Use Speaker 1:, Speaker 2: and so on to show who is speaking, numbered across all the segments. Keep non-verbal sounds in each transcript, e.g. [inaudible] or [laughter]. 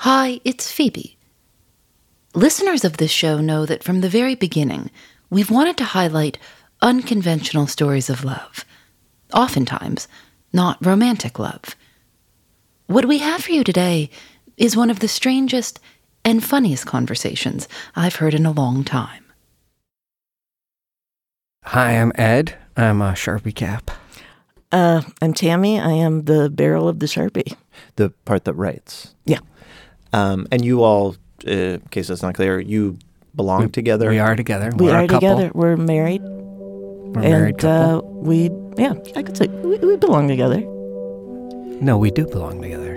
Speaker 1: Hi, it's Phoebe. Listeners of this show know that from the very beginning, we've wanted to highlight unconventional stories of love, oftentimes not romantic love. What we have for you today is one of the strangest and funniest conversations I've heard in a long time.
Speaker 2: Hi, I'm Ed. I'm a Sharpie Cap.
Speaker 3: Uh, I'm Tammy. I am the barrel of the Sharpie.
Speaker 4: the part that writes.
Speaker 3: Yeah.
Speaker 4: Um, and you all, uh, in case that's not clear, you belong together.
Speaker 2: We are together.
Speaker 3: we
Speaker 2: We're
Speaker 3: are
Speaker 2: a couple.
Speaker 3: together. We're married.
Speaker 2: We're a
Speaker 3: and
Speaker 2: married couple.
Speaker 3: Uh, we, yeah, I could say we, we belong together. uh,
Speaker 2: no, we do belong together.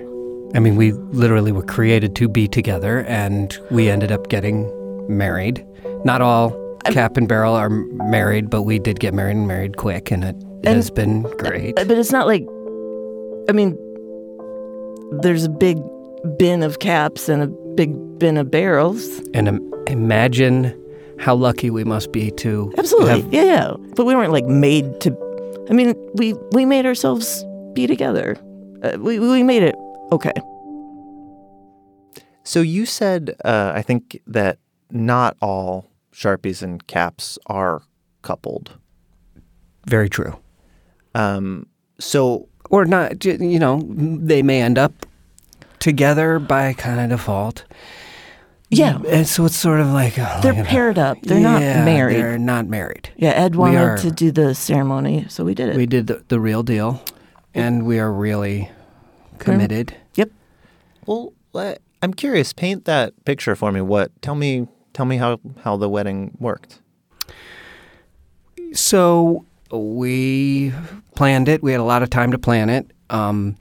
Speaker 2: I mean, we literally were created to be together, and we ended up getting married. Not all Cap and Barrel are m- married, but we did get married and married quick, and it has been great.
Speaker 3: Uh, But it's not like, I mean, there's a big bin of caps and a big bin of barrels.
Speaker 2: and Im- imagine how lucky we must be to
Speaker 3: Absolutely.
Speaker 2: have
Speaker 3: yeah, yeah. But we weren't like made to, I mean, we, we made ourselves be together. Uh, we, we made it okay.
Speaker 4: So you said, uh, I think that not all Sharpies and caps are coupled.
Speaker 2: very true.
Speaker 4: Um, so
Speaker 2: or not j- you know they may end up together by kind of default
Speaker 3: Yeah.
Speaker 2: and so it's sort of like oh,
Speaker 3: They're
Speaker 2: look at that.
Speaker 3: paired up. They're not
Speaker 2: Yeah,
Speaker 3: married.
Speaker 2: they're not married
Speaker 3: Yeah, Ed
Speaker 2: We
Speaker 3: wanted
Speaker 2: are-
Speaker 3: to do the ceremony, so we did it.
Speaker 2: we did the, the real deal and we are really committed
Speaker 3: yep.
Speaker 4: Well, I- I'm curious. Paint that picture for me. What? Tell me. Tell me how how the wedding worked.
Speaker 2: so we planned it we had a lot of time to plan it um,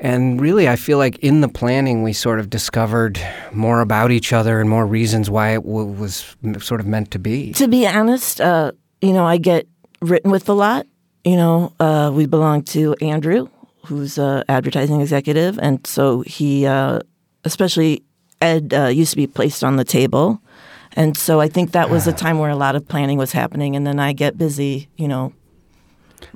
Speaker 2: and really i feel like in the planning we sort of discovered more about each other and more reasons why it w- was m- sort of meant to be
Speaker 3: To be honest, uh, you know, I get written with a lot. You know, uh, we belong to Andrew, who's a advertising executive, and so he, uh, especially Ed, uh, used to be placed on the table, and so I think that was
Speaker 2: Ah.
Speaker 3: a time where a lot of planning was happening, and then I get busy. You know,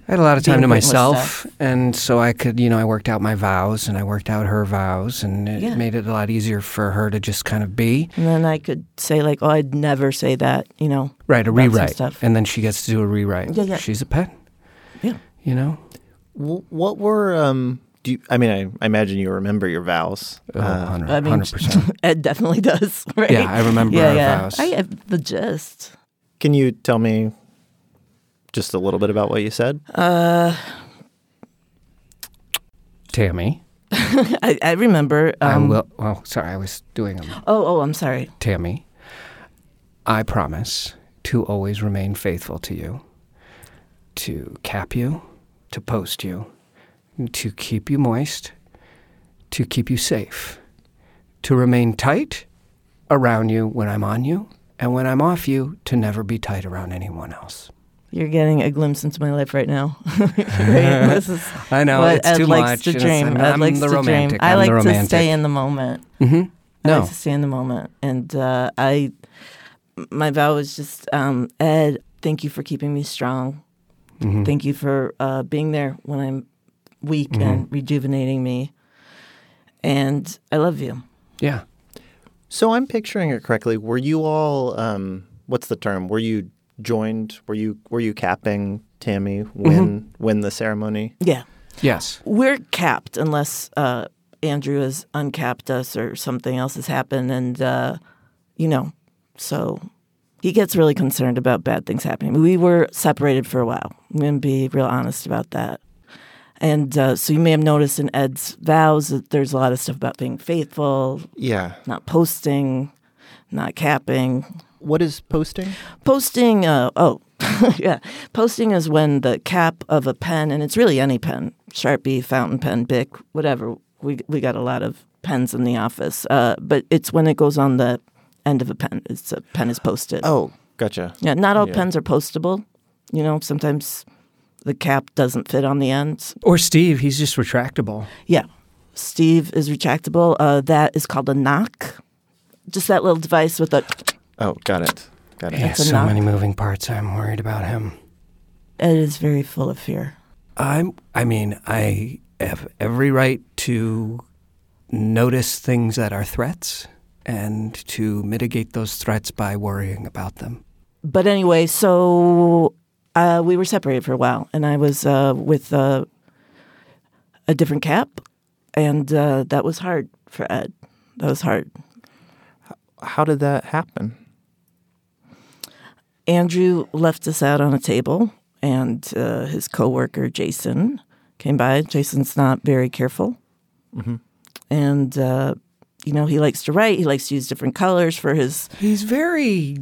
Speaker 2: I had a lot of time
Speaker 3: being
Speaker 2: to
Speaker 3: written with
Speaker 2: myself, and so I could, you know, I worked out my vows and I worked out her vows, and it
Speaker 3: Yeah.
Speaker 2: made it a lot easier for her to just kind of be
Speaker 3: and then I could say like, "Oh, I'd never say that." You know,
Speaker 2: right a
Speaker 3: about some
Speaker 2: rewrite,
Speaker 3: stuff.
Speaker 2: and then she gets to do a rewrite.
Speaker 3: Yeah, yeah.
Speaker 2: She's a pet,
Speaker 3: Yeah.
Speaker 2: you know.
Speaker 4: Wh- What were? Um, do you, I mean? I, I imagine you remember your vows.
Speaker 2: Oh,
Speaker 4: Uh,
Speaker 2: 100
Speaker 3: I mean,
Speaker 2: percent.
Speaker 3: Ed definitely does. [laughs] Right?
Speaker 2: Yeah, I remember
Speaker 3: yeah,
Speaker 2: our
Speaker 3: yeah.
Speaker 2: vows.
Speaker 3: I have the gist.
Speaker 4: can you tell me just a little bit about what you said?
Speaker 3: Uh,
Speaker 2: Tammy,
Speaker 3: I, I remember.
Speaker 2: I
Speaker 3: Um,
Speaker 2: will. Oh, sorry, I was doing a
Speaker 3: oh, oh, I'm sorry.
Speaker 2: Tammy. I promise to always remain faithful to you, to cap you, to post you, to keep you moist, to keep you safe, to remain tight around you when I'm on you, and when I'm off you, to never be tight around anyone else.
Speaker 3: You're getting a glimpse into my life
Speaker 2: [laughs]
Speaker 3: right now. [laughs] Right? This is
Speaker 2: I know
Speaker 3: what
Speaker 2: it's
Speaker 3: Ed
Speaker 2: too much.
Speaker 3: likes to
Speaker 2: and it's-
Speaker 3: dream.
Speaker 2: I'm,
Speaker 3: Ed
Speaker 2: I'm
Speaker 3: likes
Speaker 2: the
Speaker 3: to
Speaker 2: romantic.
Speaker 3: dream. I
Speaker 2: I'm
Speaker 3: like
Speaker 2: the
Speaker 3: to
Speaker 2: romantic.
Speaker 3: stay in the moment.
Speaker 2: hmm
Speaker 3: I
Speaker 2: No,
Speaker 3: like to stay in the moment. And uh, I, my vow was just, um, Ed, thank you for keeping me strong.
Speaker 2: Mm-hmm.
Speaker 3: Thank you for uh, being there when I'm weak
Speaker 2: Mm-hmm.
Speaker 3: and rejuvenating me. And I love you.
Speaker 2: yeah.
Speaker 4: So I'm picturing it correctly. Were you all? Um, what's the term? Were you joined? Were you were you capping Tammy when when the ceremony?
Speaker 3: Yeah.
Speaker 2: Yes.
Speaker 3: we're capped unless uh, Andrew has uncapped us or something else has happened, and uh, you know, so he gets really concerned about bad things happening. We were separated for a while. I'm gonna be real honest about that. And uh, so you may have noticed in Ed's vows that there's a lot of stuff about being faithful,
Speaker 4: Yeah.
Speaker 3: not posting, not capping,
Speaker 4: What is posting?
Speaker 3: Posting, uh, oh, [laughs] yeah. Posting is when the cap of a pen, and it's really any pen, Sharpie, fountain pen, Bic, whatever, we we got a lot of pens in the office. Uh, but it's when it goes on the end of a pen. It's a pen is posted.
Speaker 4: Oh, gotcha.
Speaker 3: yeah. Not all
Speaker 4: yeah.
Speaker 3: pens are postable. You know, sometimes the cap doesn't fit on the ends.
Speaker 2: Or Steve, he's just retractable.
Speaker 3: Yeah. Steve is retractable. Uh, that is called a knock. Just that little device with a.
Speaker 4: Oh, got it. Got it.
Speaker 2: He
Speaker 3: a
Speaker 2: has so
Speaker 3: knock.
Speaker 2: many moving parts. I'm worried about him.
Speaker 3: It is very full of fear.
Speaker 2: I'm. I mean, I have every right to notice things that are threats and to mitigate those threats by worrying about them.
Speaker 3: but anyway, so uh, we were separated for a while, and I was uh, with uh, a different cap, and uh, that was hard for Ed. That was hard.
Speaker 4: How did that happen?
Speaker 3: Andrew left us out on a table, and uh, his coworker Jason came by. Jason's not very careful, and uh, you know he likes to write. He likes to use different colors for his
Speaker 2: He's very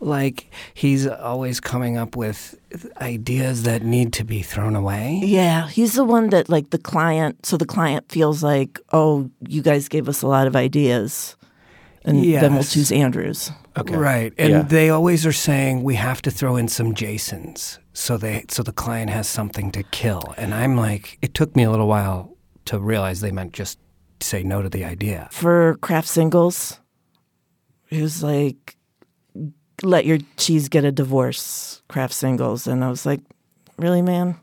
Speaker 2: like he's always coming up with ideas that need to be thrown away.
Speaker 3: Yeah, he's the one that like the client. So the client feels like, oh, you guys gave us a lot of ideas, and then we'll
Speaker 2: Yes.
Speaker 3: choose Andrews.
Speaker 4: Okay.
Speaker 2: Right. And
Speaker 4: Yeah.
Speaker 2: they always are saying we have to throw in some Jasons so they so the client has something to kill. And I'm like it took me a little while to realize they meant just say no to the idea.
Speaker 3: For craft singles, he was like, let your cheese get a divorce, craft singles, and I was like, really, man,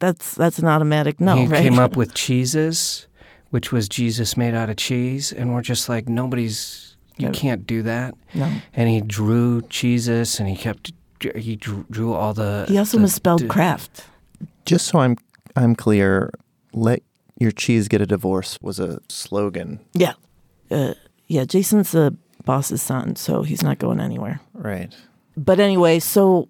Speaker 3: that's that's an automatic no,
Speaker 2: he
Speaker 3: right?
Speaker 2: came
Speaker 3: [laughs]
Speaker 2: up with cheeses, which was Jesus made out of cheese, and we're just like nobody's you can't do that.
Speaker 3: No.
Speaker 2: And he drew cheeses and he kept he drew, drew all the
Speaker 3: he also
Speaker 2: the-
Speaker 3: misspelled
Speaker 2: the-
Speaker 3: craft.
Speaker 4: Just so I'm I'm clear, let your cheese get a divorce was a slogan,
Speaker 3: Yeah, uh, yeah. Jason's the boss's son, so he's not going anywhere.
Speaker 4: right?
Speaker 3: but anyway, so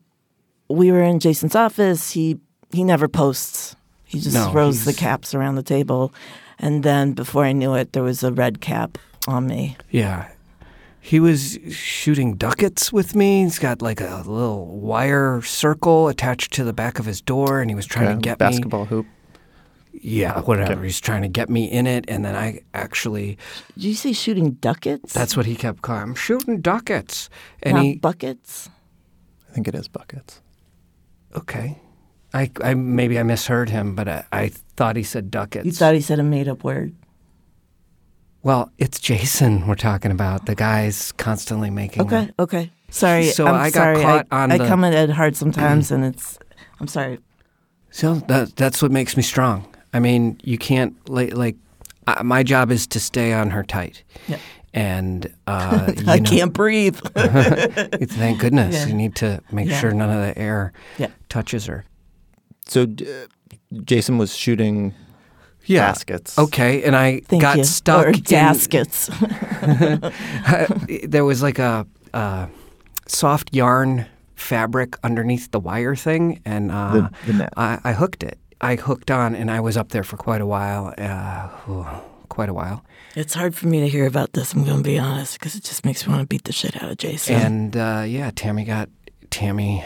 Speaker 3: we were in Jason's office. He he never posts. He just
Speaker 2: No,
Speaker 3: throws the
Speaker 2: he's-
Speaker 3: caps around the table, and then before I knew it, there was a red cap on me.
Speaker 2: Yeah. He was shooting ducats with me. He's got like a little wire circle attached to the back of his door, and he was trying
Speaker 4: Okay,
Speaker 2: to get
Speaker 4: Uh, basketball hoop.
Speaker 2: me. Yeah, whatever. He's trying to get me in it, and then I actually.
Speaker 3: Did you say shooting ducats?
Speaker 2: That's what he kept calling. I'm shooting ducats, and
Speaker 3: not
Speaker 2: he.
Speaker 3: buckets.
Speaker 4: I think it is buckets.
Speaker 2: Okay. I, I maybe I misheard him, but I, I thought he said ducats.
Speaker 3: You thought he said a made up word.
Speaker 2: well, it's Jason we're talking about. The guy's constantly making.
Speaker 3: Okay, okay. Sorry,
Speaker 2: So
Speaker 3: I'm
Speaker 2: I got
Speaker 3: sorry.
Speaker 2: caught
Speaker 3: I,
Speaker 2: on
Speaker 3: I
Speaker 2: the-
Speaker 3: come at Ed hard sometimes, and it's. I'm sorry.
Speaker 2: So that, that's what makes me strong. I mean, you can't like, like uh, my job is to stay on her tight.
Speaker 3: Yeah. [laughs]
Speaker 2: And uh, you
Speaker 3: I
Speaker 2: know,
Speaker 3: can't breathe.
Speaker 2: [laughs] Thank goodness
Speaker 3: Yeah.
Speaker 2: you need to make
Speaker 3: Yeah.
Speaker 2: sure none of the air
Speaker 3: Yeah.
Speaker 2: touches her.
Speaker 4: So d- Jason was shooting
Speaker 2: Yeah.
Speaker 4: baskets.
Speaker 2: Okay, and I
Speaker 3: Thank
Speaker 2: got
Speaker 3: you.
Speaker 2: stuck.
Speaker 3: Or
Speaker 2: in- [laughs]
Speaker 3: gaskets.
Speaker 2: there was like a, uh soft yarn fabric underneath the wire thing, and uh,
Speaker 4: The- the net.
Speaker 2: I, I hooked it. I hooked on, and I was up there for quite a while. Uh, whew, quite a while.
Speaker 3: it's hard for me to hear about this. I'm going to be honest because it just makes me want to beat the shit out of Jason.
Speaker 2: And uh, yeah, Tammy got Tammy.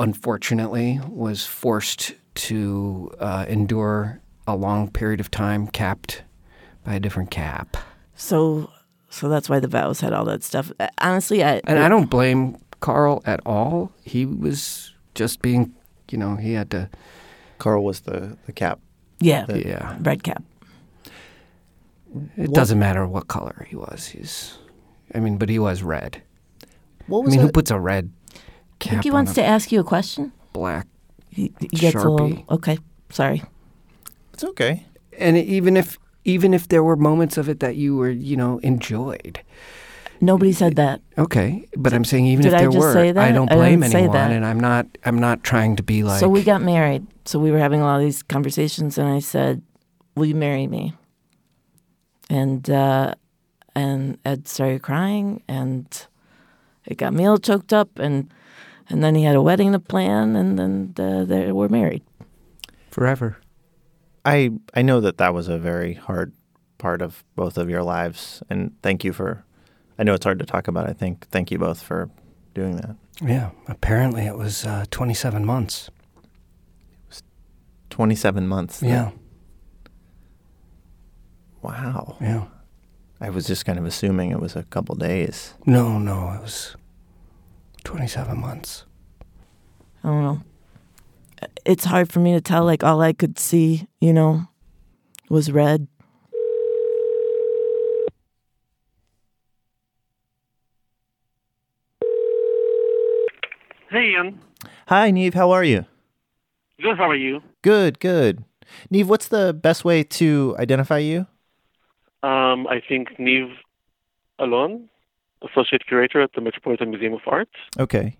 Speaker 2: Unfortunately, was forced to uh, endure a long period of time capped by a different cap,
Speaker 3: So, so that's why the vows had all that stuff. Uh, Honestly, I,
Speaker 2: and I don't blame Carl at all. He was just being, you know, he had to.
Speaker 4: Carl was the the cap.
Speaker 3: yeah,
Speaker 4: Uh,
Speaker 2: Yeah,
Speaker 3: red cap.
Speaker 2: it
Speaker 4: What-
Speaker 2: doesn't matter what color he was. He's, I mean, but he was red.
Speaker 4: What
Speaker 2: I mean, who puts a red cap
Speaker 3: think he
Speaker 2: on
Speaker 3: wants
Speaker 2: a
Speaker 3: to ask you a question.
Speaker 2: black?
Speaker 3: He, he gets a little
Speaker 2: Sharpie.
Speaker 3: okay. Sorry.
Speaker 4: It's okay.
Speaker 2: And even if even if there were moments of it that you were, you know, enjoyed,
Speaker 3: Nobody said that.
Speaker 2: Okay, but I'm saying even
Speaker 3: Did
Speaker 2: if
Speaker 3: I
Speaker 2: there
Speaker 3: just
Speaker 2: were,
Speaker 3: say that?
Speaker 2: I don't
Speaker 3: I
Speaker 2: blame
Speaker 3: didn't say
Speaker 2: anyone,
Speaker 3: that.
Speaker 2: and I'm not. I'm not trying to be like.
Speaker 3: so we got married. So we were having a lot of these conversations, and I said, "Will you marry me?" And uh, and Ed started crying, and it got me all choked up, and and then he had a wedding to plan, and then uh, they were married.
Speaker 2: forever.
Speaker 4: I I know that that was a very hard part of both of your lives, and thank you for. I know it's hard to talk about. I think thank you both for doing that.
Speaker 2: Yeah. Apparently, it was uh, 27 months.
Speaker 4: Twenty seven months.
Speaker 2: Yeah.
Speaker 4: Wow.
Speaker 2: Yeah.
Speaker 4: I was just kind of assuming it was a couple days.
Speaker 2: No, no, it was 27 months.
Speaker 3: I don't know. It's hard for me to tell. Like all I could see, you know, was red.
Speaker 5: Hey, Ian.
Speaker 4: Hi, Neve. How are you?
Speaker 5: Good. How are you?
Speaker 4: Good, good. Neve, what's the best way to identify you?
Speaker 5: Um, I think Neve Alon, associate curator at the Metropolitan Museum of Art.
Speaker 4: Okay.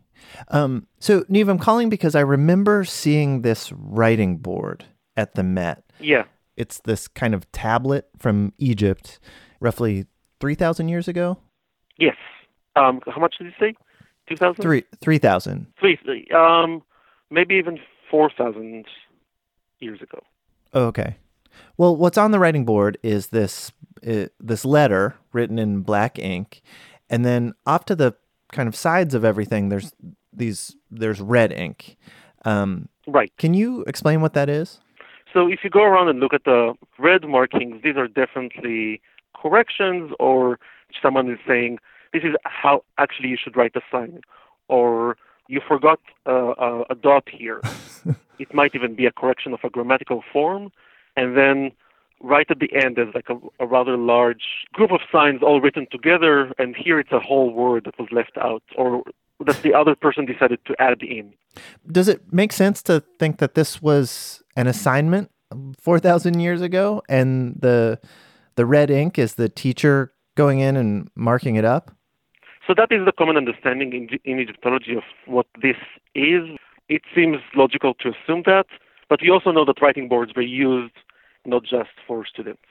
Speaker 4: Um, so, Neve, I'm calling because I remember seeing this writing board at the Met.
Speaker 5: Yeah.
Speaker 4: It's this kind of tablet from Egypt, roughly 3,000 years ago?
Speaker 5: Yes. Um, how much did you say? Two thousand.
Speaker 4: Three, 3,000.
Speaker 5: Three. three, Um, maybe even four thousand years ago.
Speaker 4: Oh, okay. Well, what's on the writing board is this uh, this letter written in black ink, and then off to the kind of sides of everything, there's these there's red ink. Um,
Speaker 5: Right.
Speaker 4: can you explain what that is?
Speaker 5: So if you go around and look at the red markings, these are definitely corrections, or someone is saying this is how actually you should write the sign, or you forgot uh, a, a dot here. it might even be a correction of a grammatical form, and then right at the end there's like a, a rather large group of signs all written together, and here it's a whole word that was left out, or that the other person decided to add in.
Speaker 4: Does it make sense to think that this was an assignment four thousand years ago, and the the red ink is the teacher going in and marking it up?
Speaker 5: So that is the common understanding in, in Egyptology of what this is. It seems logical to assume that, but we also know that writing boards were used not just for students.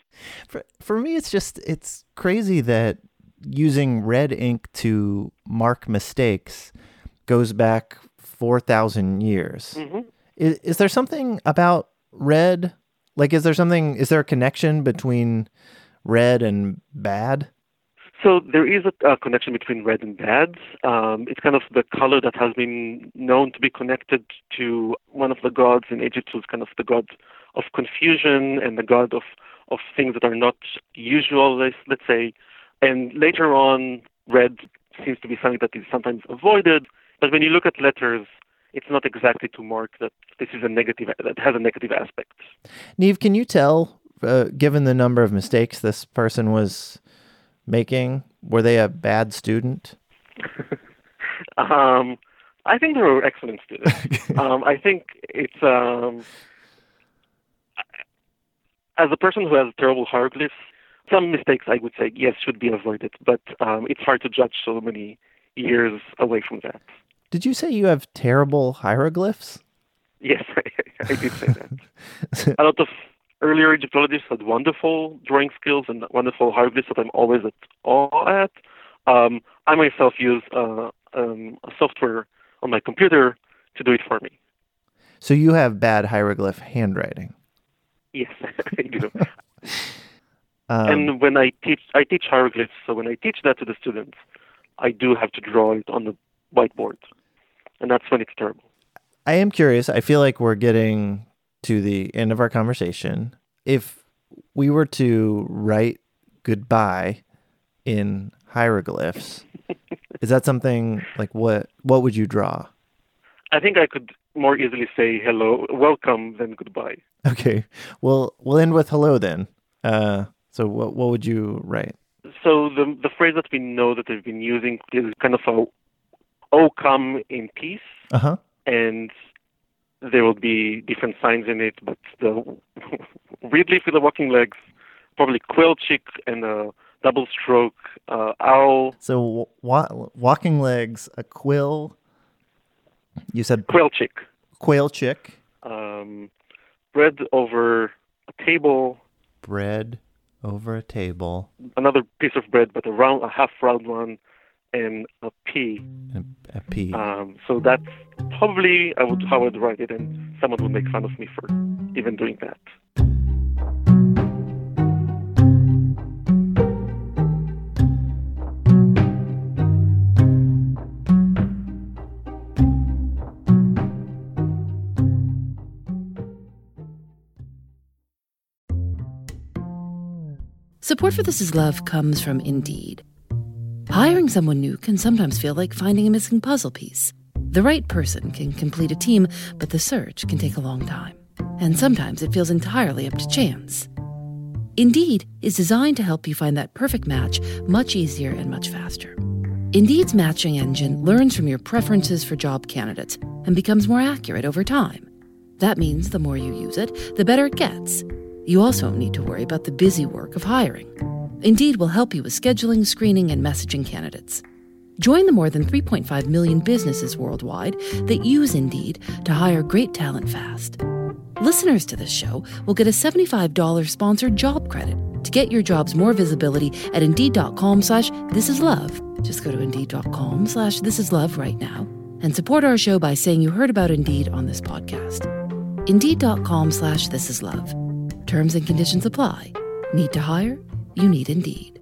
Speaker 4: For, for me, it's just it's crazy that using red ink to mark mistakes goes back four thousand years. Is, is there something about red? Like, is there something? Is there a connection between red and bad?
Speaker 5: So there is a, a connection between red and bad. Um, it's kind of the color that has been known to be connected to one of the gods in Egypt, who's kind of the god of confusion and the god of, of things that are not usual, let's, let's say. And later on, red seems to be something that is sometimes avoided. But when you look at letters, it's not exactly to mark that this is a negative, that has a negative aspect.
Speaker 4: Neve, can you tell, uh, given the number of mistakes this person was making, were they a bad student?
Speaker 5: Um, I think they were excellent students. um, I think it's um, as a person who has terrible hieroglyphs, some mistakes I would say yes should be avoided, but um, it's hard to judge so many years away from that.
Speaker 4: Did you say you have terrible hieroglyphs?
Speaker 5: Yes, [laughs] I, I did say that. a lot of earlier Egyptologists had wonderful drawing skills and wonderful hieroglyphs that I'm always at awe at. Um, I myself use uh, um, a software on my computer to do it for me.
Speaker 4: So you have bad hieroglyph handwriting.
Speaker 5: Yes, [laughs] I do.
Speaker 4: Um,
Speaker 5: and when I teach, I teach hieroglyphs. So when I teach that to the students, I do have to draw it on the whiteboard, and that's when it's terrible.
Speaker 4: I am curious. I feel like we're getting to the end of our conversation. If we were to write goodbye in hieroglyphs, is that something like what what would you draw?
Speaker 5: I think I could more easily say hello, welcome, than goodbye.
Speaker 4: [laughs] Okay. Well, we'll end with hello then. Uh, so what what would you write?
Speaker 5: So the the phrase that we know that they've been using is kind of a "Oh, come in peace,"
Speaker 4: Uh-huh.
Speaker 5: and there will be different signs in it, but the [laughs] Ridley with the walking legs, probably quail chick, and a double stroke uh, owl.
Speaker 4: So wa- walking legs, a quill. You said
Speaker 5: Quail chick.
Speaker 4: quail chick,
Speaker 5: um, bread over a table,
Speaker 4: bread over a table,
Speaker 5: another piece of bread, but a round, a half round one, and a pea.
Speaker 4: and a a pea.
Speaker 5: Um, so that's probably I would how I'd write it, and someone would make fun of me for even doing that.
Speaker 1: Support for This Is Love comes from Indeed. Hiring someone new can sometimes feel like finding a missing puzzle piece. The right person can complete a team, but the search can take a long time. And sometimes it feels entirely up to chance. Indeed is designed to help you find that perfect match much easier and much faster. Indeed's matching engine learns from your preferences for job candidates and becomes more accurate over time. That means the more you use it, the better it gets. You also don't need to worry about the busy work of hiring. Indeed will help you with scheduling, screening, and messaging candidates. Join the more than 3.5 million businesses worldwide that use Indeed to hire great talent fast. Listeners to this show will get a $75 sponsored job credit to get your jobs more visibility at Indeed.com slash This Is Love. Just go to Indeed.com slash This Is Love right now and support our show by saying you heard about Indeed on this podcast. Indeed.com slash This Is Love. Terms and conditions apply. Need to hire? You need Indeed.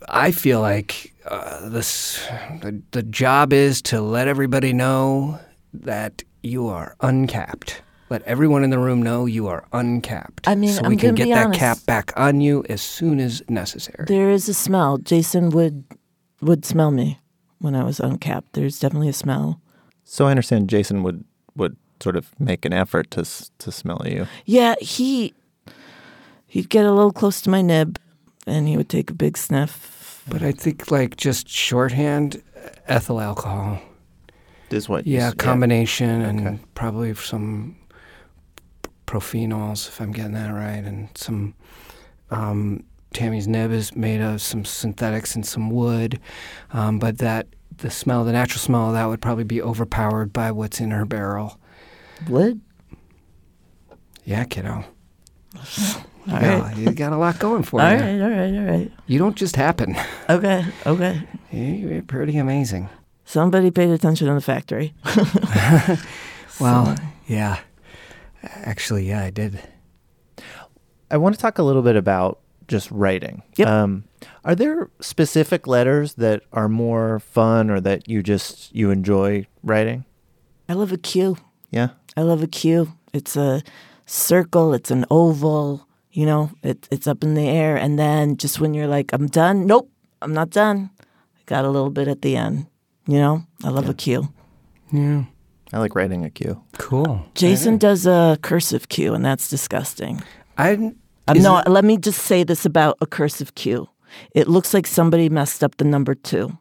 Speaker 2: I feel like uh, this the, the job is to let everybody know that you are uncapped. Let everyone in the room know you are uncapped.
Speaker 3: I mean,
Speaker 2: so
Speaker 3: I'm
Speaker 2: we can
Speaker 3: gonna
Speaker 2: get
Speaker 3: be
Speaker 2: that
Speaker 3: honest.
Speaker 2: cap back on you as soon as necessary.
Speaker 3: There is a smell. Jason would would smell me when I was uncapped. There's definitely a smell.
Speaker 4: so I understand Jason would would sort of make an effort to s- to smell you.
Speaker 3: Yeah, he he'd get a little close to my nib, and he would take a big sniff.
Speaker 2: But I think like just shorthand uh, ethyl alcohol.
Speaker 4: Is what? you
Speaker 2: Yeah,
Speaker 4: s-
Speaker 2: combination and
Speaker 4: Okay.
Speaker 2: probably some p- prophenols, if I'm getting that right, and some. Um, Tammy's nib is made of some synthetics and some wood, um, but that the smell, the natural smell, of that would probably be overpowered by what's in her barrel.
Speaker 3: Would
Speaker 2: Yeah, kiddo.
Speaker 3: all
Speaker 2: Yeah,
Speaker 3: right,
Speaker 2: you got a lot going for
Speaker 3: all
Speaker 2: you.
Speaker 3: right, all right, all right.
Speaker 2: You don't just happen. [laughs]
Speaker 3: Okay, okay.
Speaker 2: You're pretty amazing.
Speaker 3: Somebody paid attention in the factory.
Speaker 2: Well, yeah. Actually, yeah, I did.
Speaker 4: I want to talk a little bit about just writing.
Speaker 3: Yep.
Speaker 4: Um, are there specific letters that are more fun or that you just you enjoy writing?
Speaker 3: I love a queue.
Speaker 4: Yeah.
Speaker 3: I love a cube. It's a circle, it's an oval, you know, it, it's up in the air. And then just when you're like, I'm done, nope, I'm not done. I got a little bit at the end, you know? I love a cue.
Speaker 2: Yeah.
Speaker 4: I like writing a Q.
Speaker 2: Cool.
Speaker 3: Jason does a cursive cue, and that's disgusting.
Speaker 2: I
Speaker 3: Um,
Speaker 2: is
Speaker 3: no,
Speaker 2: it-
Speaker 3: let me just say this about a cursive Q. It looks like somebody messed up the number two.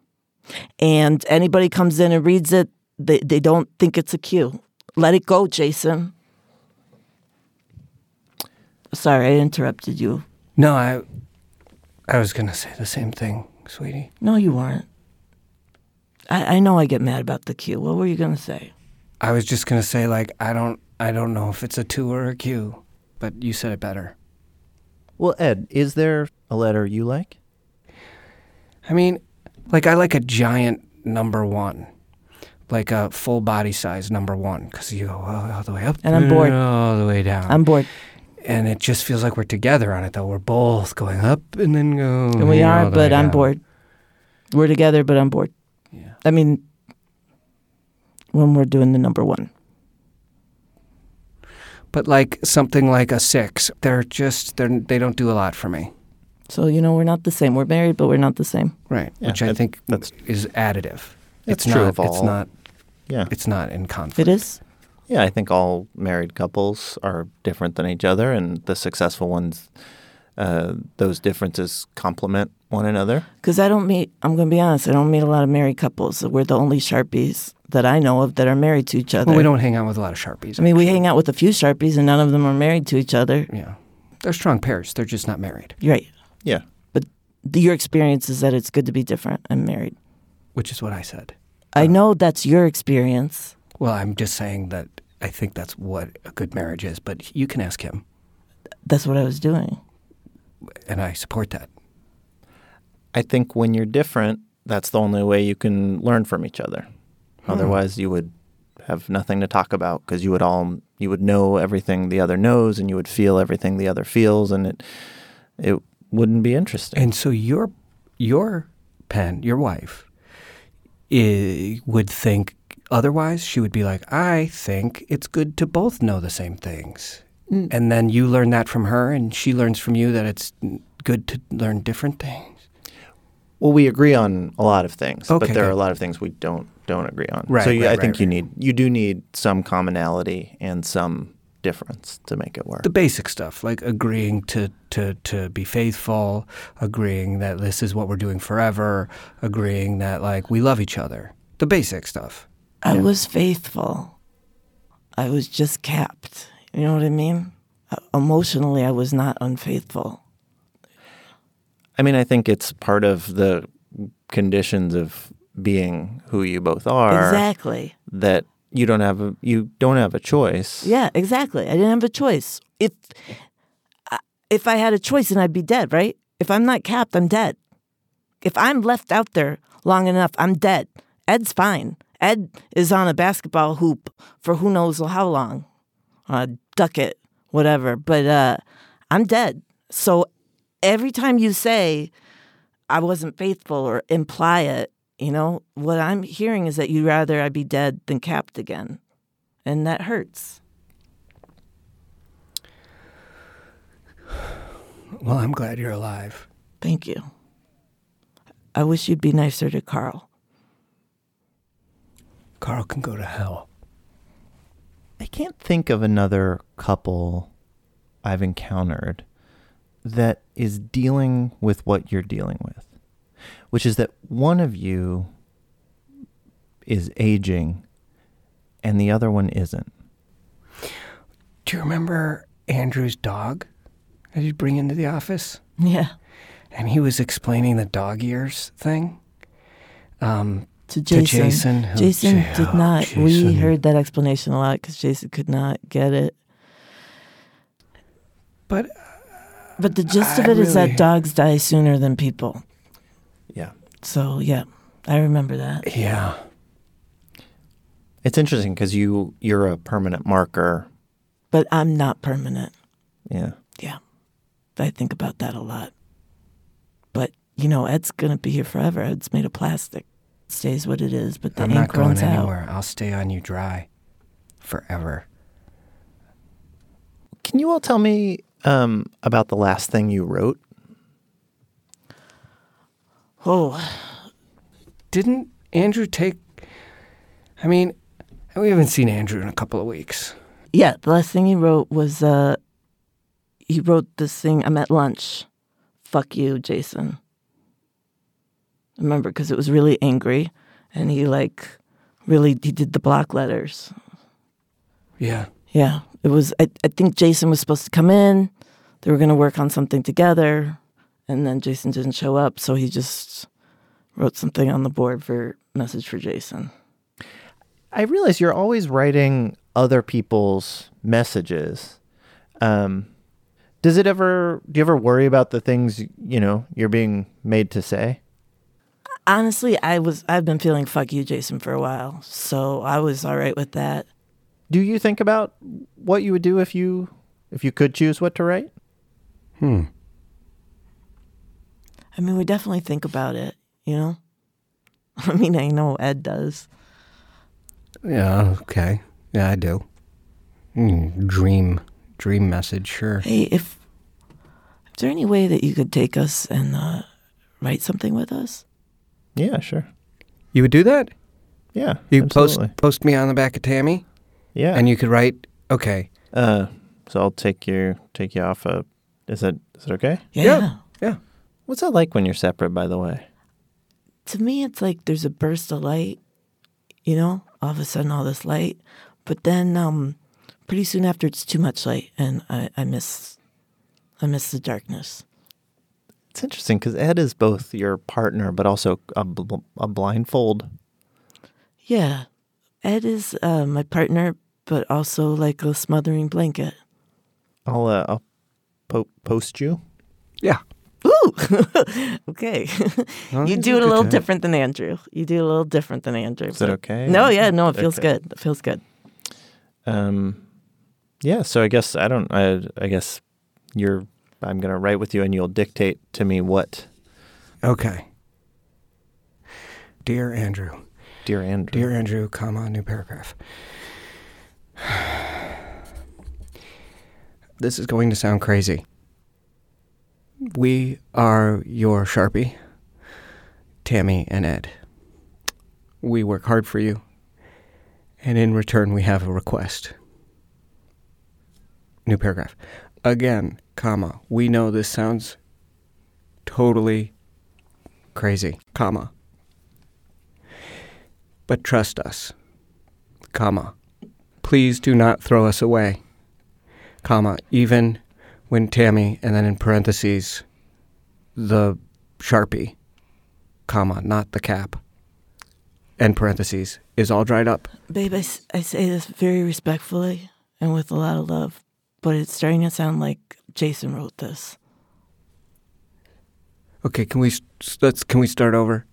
Speaker 3: And anybody comes in and reads it, they, they don't think it's a Q. Let it go, Jason. Sorry, I interrupted you.
Speaker 2: no, I I was gonna say the same thing, sweetie.
Speaker 3: No, you weren't. I, I know I get mad about the Q. What were you going to say?
Speaker 2: I was just gonna say like I don't I don't know if it's a two or a Q, but you said it better.
Speaker 4: Well, Ed, is there a letter you like?
Speaker 2: I mean, like I like a giant number one, like a full body size number one, because you go all, all the way up
Speaker 3: And I'm bored.
Speaker 2: all the way down,
Speaker 3: I'm bored.
Speaker 2: and it just feels like we're together on it though. We're both going up and then go.
Speaker 3: And we
Speaker 2: all
Speaker 3: are,
Speaker 2: the
Speaker 3: but
Speaker 2: way
Speaker 3: I'm
Speaker 2: down.
Speaker 3: bored. We're together, but I'm bored.
Speaker 2: Yeah.
Speaker 3: I mean, when we're doing the number one.
Speaker 2: But like something like a six, they're just they're they don't do a lot for me,
Speaker 3: So, you know, we're not the same. We're married, but we're not the same.
Speaker 2: right? Which I
Speaker 4: that-
Speaker 2: think
Speaker 4: that's-
Speaker 2: is additive.
Speaker 4: That's
Speaker 2: it's
Speaker 4: true
Speaker 2: not,
Speaker 4: of
Speaker 2: It's
Speaker 4: all.
Speaker 2: not.
Speaker 4: Yeah.
Speaker 2: It's not in conflict.
Speaker 3: It is?
Speaker 4: [laughs] Yeah, I think all married couples are different than each other, and the successful ones, uh, those differences complement one another.
Speaker 3: Because I don't meet, I'm going to be honest, I don't meet a lot of married couples. We're the only Sharpies that I know of that are married to each other.
Speaker 2: Well, we don't hang out with a lot of sharpies.
Speaker 3: I mean, we hang out with a few Sharpies and none of them are married to each other.
Speaker 2: yeah, they're strong pairs. They're just not married,
Speaker 3: You're right.
Speaker 4: Yeah.
Speaker 3: But the, your experience is that it's good to be different and married.
Speaker 2: which is what I said.
Speaker 3: I know that's your experience.
Speaker 2: Well, I'm just saying that I think that's what a good marriage is. But you can ask him,
Speaker 3: That's what I was doing.
Speaker 2: and I support that.
Speaker 4: I think when you're different, that's the only way you can learn from each other.
Speaker 2: Hmm.
Speaker 4: Otherwise, you would have nothing to talk about because you would all you would know everything the other knows, and you would feel everything the other feels, and it it wouldn't be interesting.
Speaker 2: And so your your pen, your wife, i would think otherwise. She would be like, "I think it's good to both know the same things," and then you learn that from her, and she learns from you that it's n- good to learn different things.
Speaker 4: Well, we agree on a lot of things,
Speaker 2: Okay,
Speaker 4: but there are
Speaker 2: good.
Speaker 4: a lot of things we don't don't agree on.
Speaker 2: Right,
Speaker 4: So you,
Speaker 2: right,
Speaker 4: I
Speaker 2: right,
Speaker 4: think you
Speaker 2: right.
Speaker 4: need you do need some commonality and some difference to make it work.
Speaker 2: the basic stuff like agreeing to, to, to be faithful agreeing that this is what we're doing forever agreeing that like we love each other the basic stuff
Speaker 3: I was faithful. I was just capped. You know what I mean? Uh, Emotionally, I was not unfaithful.
Speaker 4: I mean, I think it's part of the conditions of being who you both are
Speaker 3: Exactly.
Speaker 4: that you don't have a, you don't have a choice.
Speaker 3: Yeah, exactly. I didn't have a choice. If I- if I had a choice, then I'd be dead, right? If I'm not capped, I'm dead. If I'm left out there long enough, I'm dead. Ed's fine. Ed is on a basketball hoop for who knows how long, uh, duck it, whatever. But uh, I'm dead. So every time you say I wasn't faithful or imply it, you know what I'm hearing is that you'd rather I be dead than capped again, and that hurts.
Speaker 2: well i'm glad you're alive
Speaker 3: Thank you. I wish you'd be nicer to Carl.
Speaker 2: carl can go to hell
Speaker 4: I can't think of another couple I've encountered that is dealing with what you're dealing with, which is that one of you is aging and the other one isn't.
Speaker 2: do you remember andrew's dog that he'd bring into the office
Speaker 3: Yeah.
Speaker 2: and he was explaining the dog ears thing um,
Speaker 3: To Jason.
Speaker 2: Jason, who-
Speaker 3: Jason
Speaker 2: yeah,
Speaker 3: did not. We
Speaker 2: Jason.
Speaker 3: heard that explanation a lot because Jason could not get it.
Speaker 2: but
Speaker 3: But the gist of
Speaker 2: I
Speaker 3: it is
Speaker 2: really-
Speaker 3: that dogs die sooner than people.
Speaker 4: Yeah.
Speaker 3: So, yeah, I remember that.
Speaker 2: yeah
Speaker 4: It's interesting because you you're a permanent marker.
Speaker 3: But I'm not permanent.
Speaker 4: Yeah.
Speaker 3: Yeah. I think about that a lot. But, you know, Ed's going to be here forever. Ed's made of plastic. stays what it is, but the
Speaker 2: i'm not
Speaker 3: ink
Speaker 2: going
Speaker 3: runs out.
Speaker 2: anywhere i'll stay on you dry forever
Speaker 4: Can you all tell me um, about the last thing you wrote?
Speaker 3: Oh,
Speaker 2: didn't Andrew take? I mean, we haven't seen Andrew in a couple of weeks.
Speaker 3: Yeah, the last thing he wrote was uh he wrote this thing, I'm at lunch. Fuck you, Jason. I Remember because it was really angry and he like really he did the block letters.
Speaker 2: Yeah,
Speaker 3: Yeah. It was I, I think Jason was supposed to come in. They were going to work on something together and then Jason didn't show up, so he just wrote something on the board for message for Jason.
Speaker 4: I realize you're always writing other people's messages. Um, does it ever? Do you ever worry about the things you know you're being made to say?
Speaker 3: Honestly, I was I've been feeling fuck you Jason for a while, so I was all right with that.
Speaker 4: Do you think about what you would do if you if you could choose what to write?
Speaker 3: I mean, we definitely think about it, you know? [laughs] I mean, I know Ed does.
Speaker 2: yeah, okay, yeah, I do. Mm, dream, dream message, sure.
Speaker 3: Hey, if is there any way that you could take us and uh, write something with us?
Speaker 4: Yeah, sure.
Speaker 2: You would do that?
Speaker 4: Yeah.
Speaker 2: You
Speaker 4: absolutely.
Speaker 2: post post me on the back of Tammy,
Speaker 4: Yeah.
Speaker 2: and you could write. Okay,
Speaker 4: uh, so I'll take you take you off a. Is that is that okay?
Speaker 3: Yeah.
Speaker 2: yeah.
Speaker 4: What's that like when you're separate? By the way.
Speaker 3: To me, it's like there's a burst of light, you know, all of a sudden all this light, but then um, pretty soon after it's too much light, and I, I miss, I miss the darkness.
Speaker 4: It's interesting because Ed is both your partner, but also a, bl- a blindfold.
Speaker 3: Yeah, Ed is uh, my partner, but also like a smothering blanket.
Speaker 4: I'll uh, I'll po- post you.
Speaker 2: yeah.
Speaker 3: Ooh, [laughs] okay. you
Speaker 2: that's
Speaker 3: do
Speaker 2: a
Speaker 3: it a
Speaker 2: good
Speaker 3: little
Speaker 2: job.
Speaker 3: different than Andrew. You do it a little different than Andrew. Is
Speaker 4: that okay?
Speaker 3: No, yeah, no, it feels
Speaker 4: Okay.
Speaker 3: good. It feels good.
Speaker 4: Um, yeah. So I guess I don't. I I guess you're. I'm gonna write with you, and you'll dictate to me what,
Speaker 2: Okay. Dear Andrew,
Speaker 4: dear Andrew.
Speaker 2: dear Andrew, comma new paragraph. This is going to sound crazy. We are your Sharpie, Tammy and Ed. We work hard for you, and in return, we have a request. New paragraph. Again, comma, we know this sounds totally crazy, comma, but trust us, comma. Please do not throw us away, comma, even when Tammy, and then in parentheses, the Sharpie, comma, not the cap, and parentheses, is all dried up.
Speaker 3: Babe, I, s- I say this very respectfully and with a lot of love, but it's starting to sound like Jason wrote this.
Speaker 2: Okay, can we s- s- let's can we start over?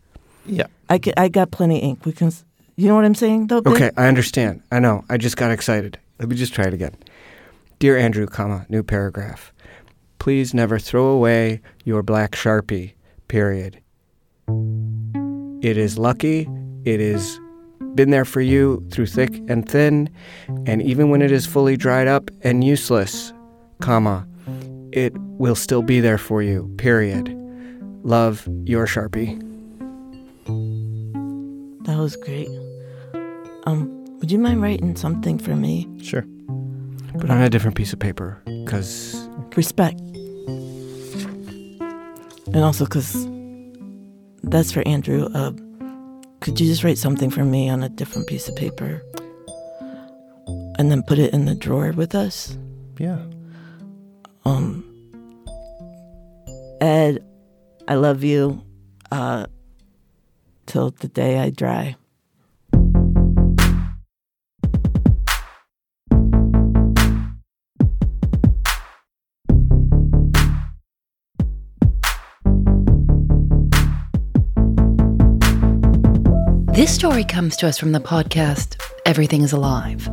Speaker 4: Yeah.
Speaker 3: I, ca- I got plenty of ink. We can, s- you know what I'm saying though? babe?
Speaker 2: Okay, I understand. I know. I just got excited. Let me just try it again. Dear Andrew, comma, new paragraph. Please never throw away your black Sharpie, period. It is lucky. It is been there for you through thick and thin, and even when it is fully dried up and useless, comma, it will still be there for you, period. Love your Sharpie.
Speaker 3: That was great. Um, would you mind writing something for me?
Speaker 4: Sure.
Speaker 2: But on a different piece of paper, because
Speaker 3: Respect. And also because that's for Andrew. Uh, could you just write something for me on a different piece of paper? And then put it in the drawer with us?
Speaker 4: Yeah.
Speaker 3: Um, Ed, I love you. Uh, till the day I dry.
Speaker 1: This story comes to us from the podcast Everything is Alive.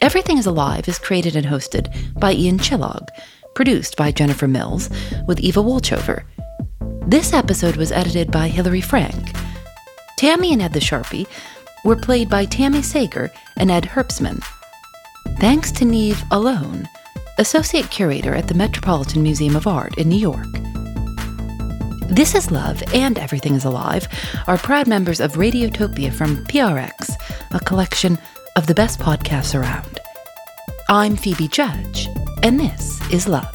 Speaker 1: Everything is Alive is created and hosted by Ian Chillog, produced by Jennifer Mills, with Eva Wolchover. This episode was edited by Hilary Frank. Tammy and Ed the Sharpie were played by Tammy Sager and Ed Herbstman. Thanks to Neve Alone, Associate Curator at the Metropolitan Museum of Art in New York. This is Love and Everything is Alive are proud members of Radiotopia from PRX, a collection of the best podcasts around. I'm Phoebe Judge, and this is Love.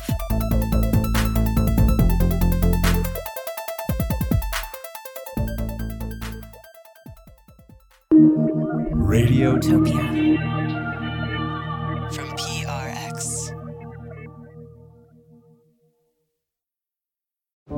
Speaker 6: Radio
Speaker 7: Utopia from PRX.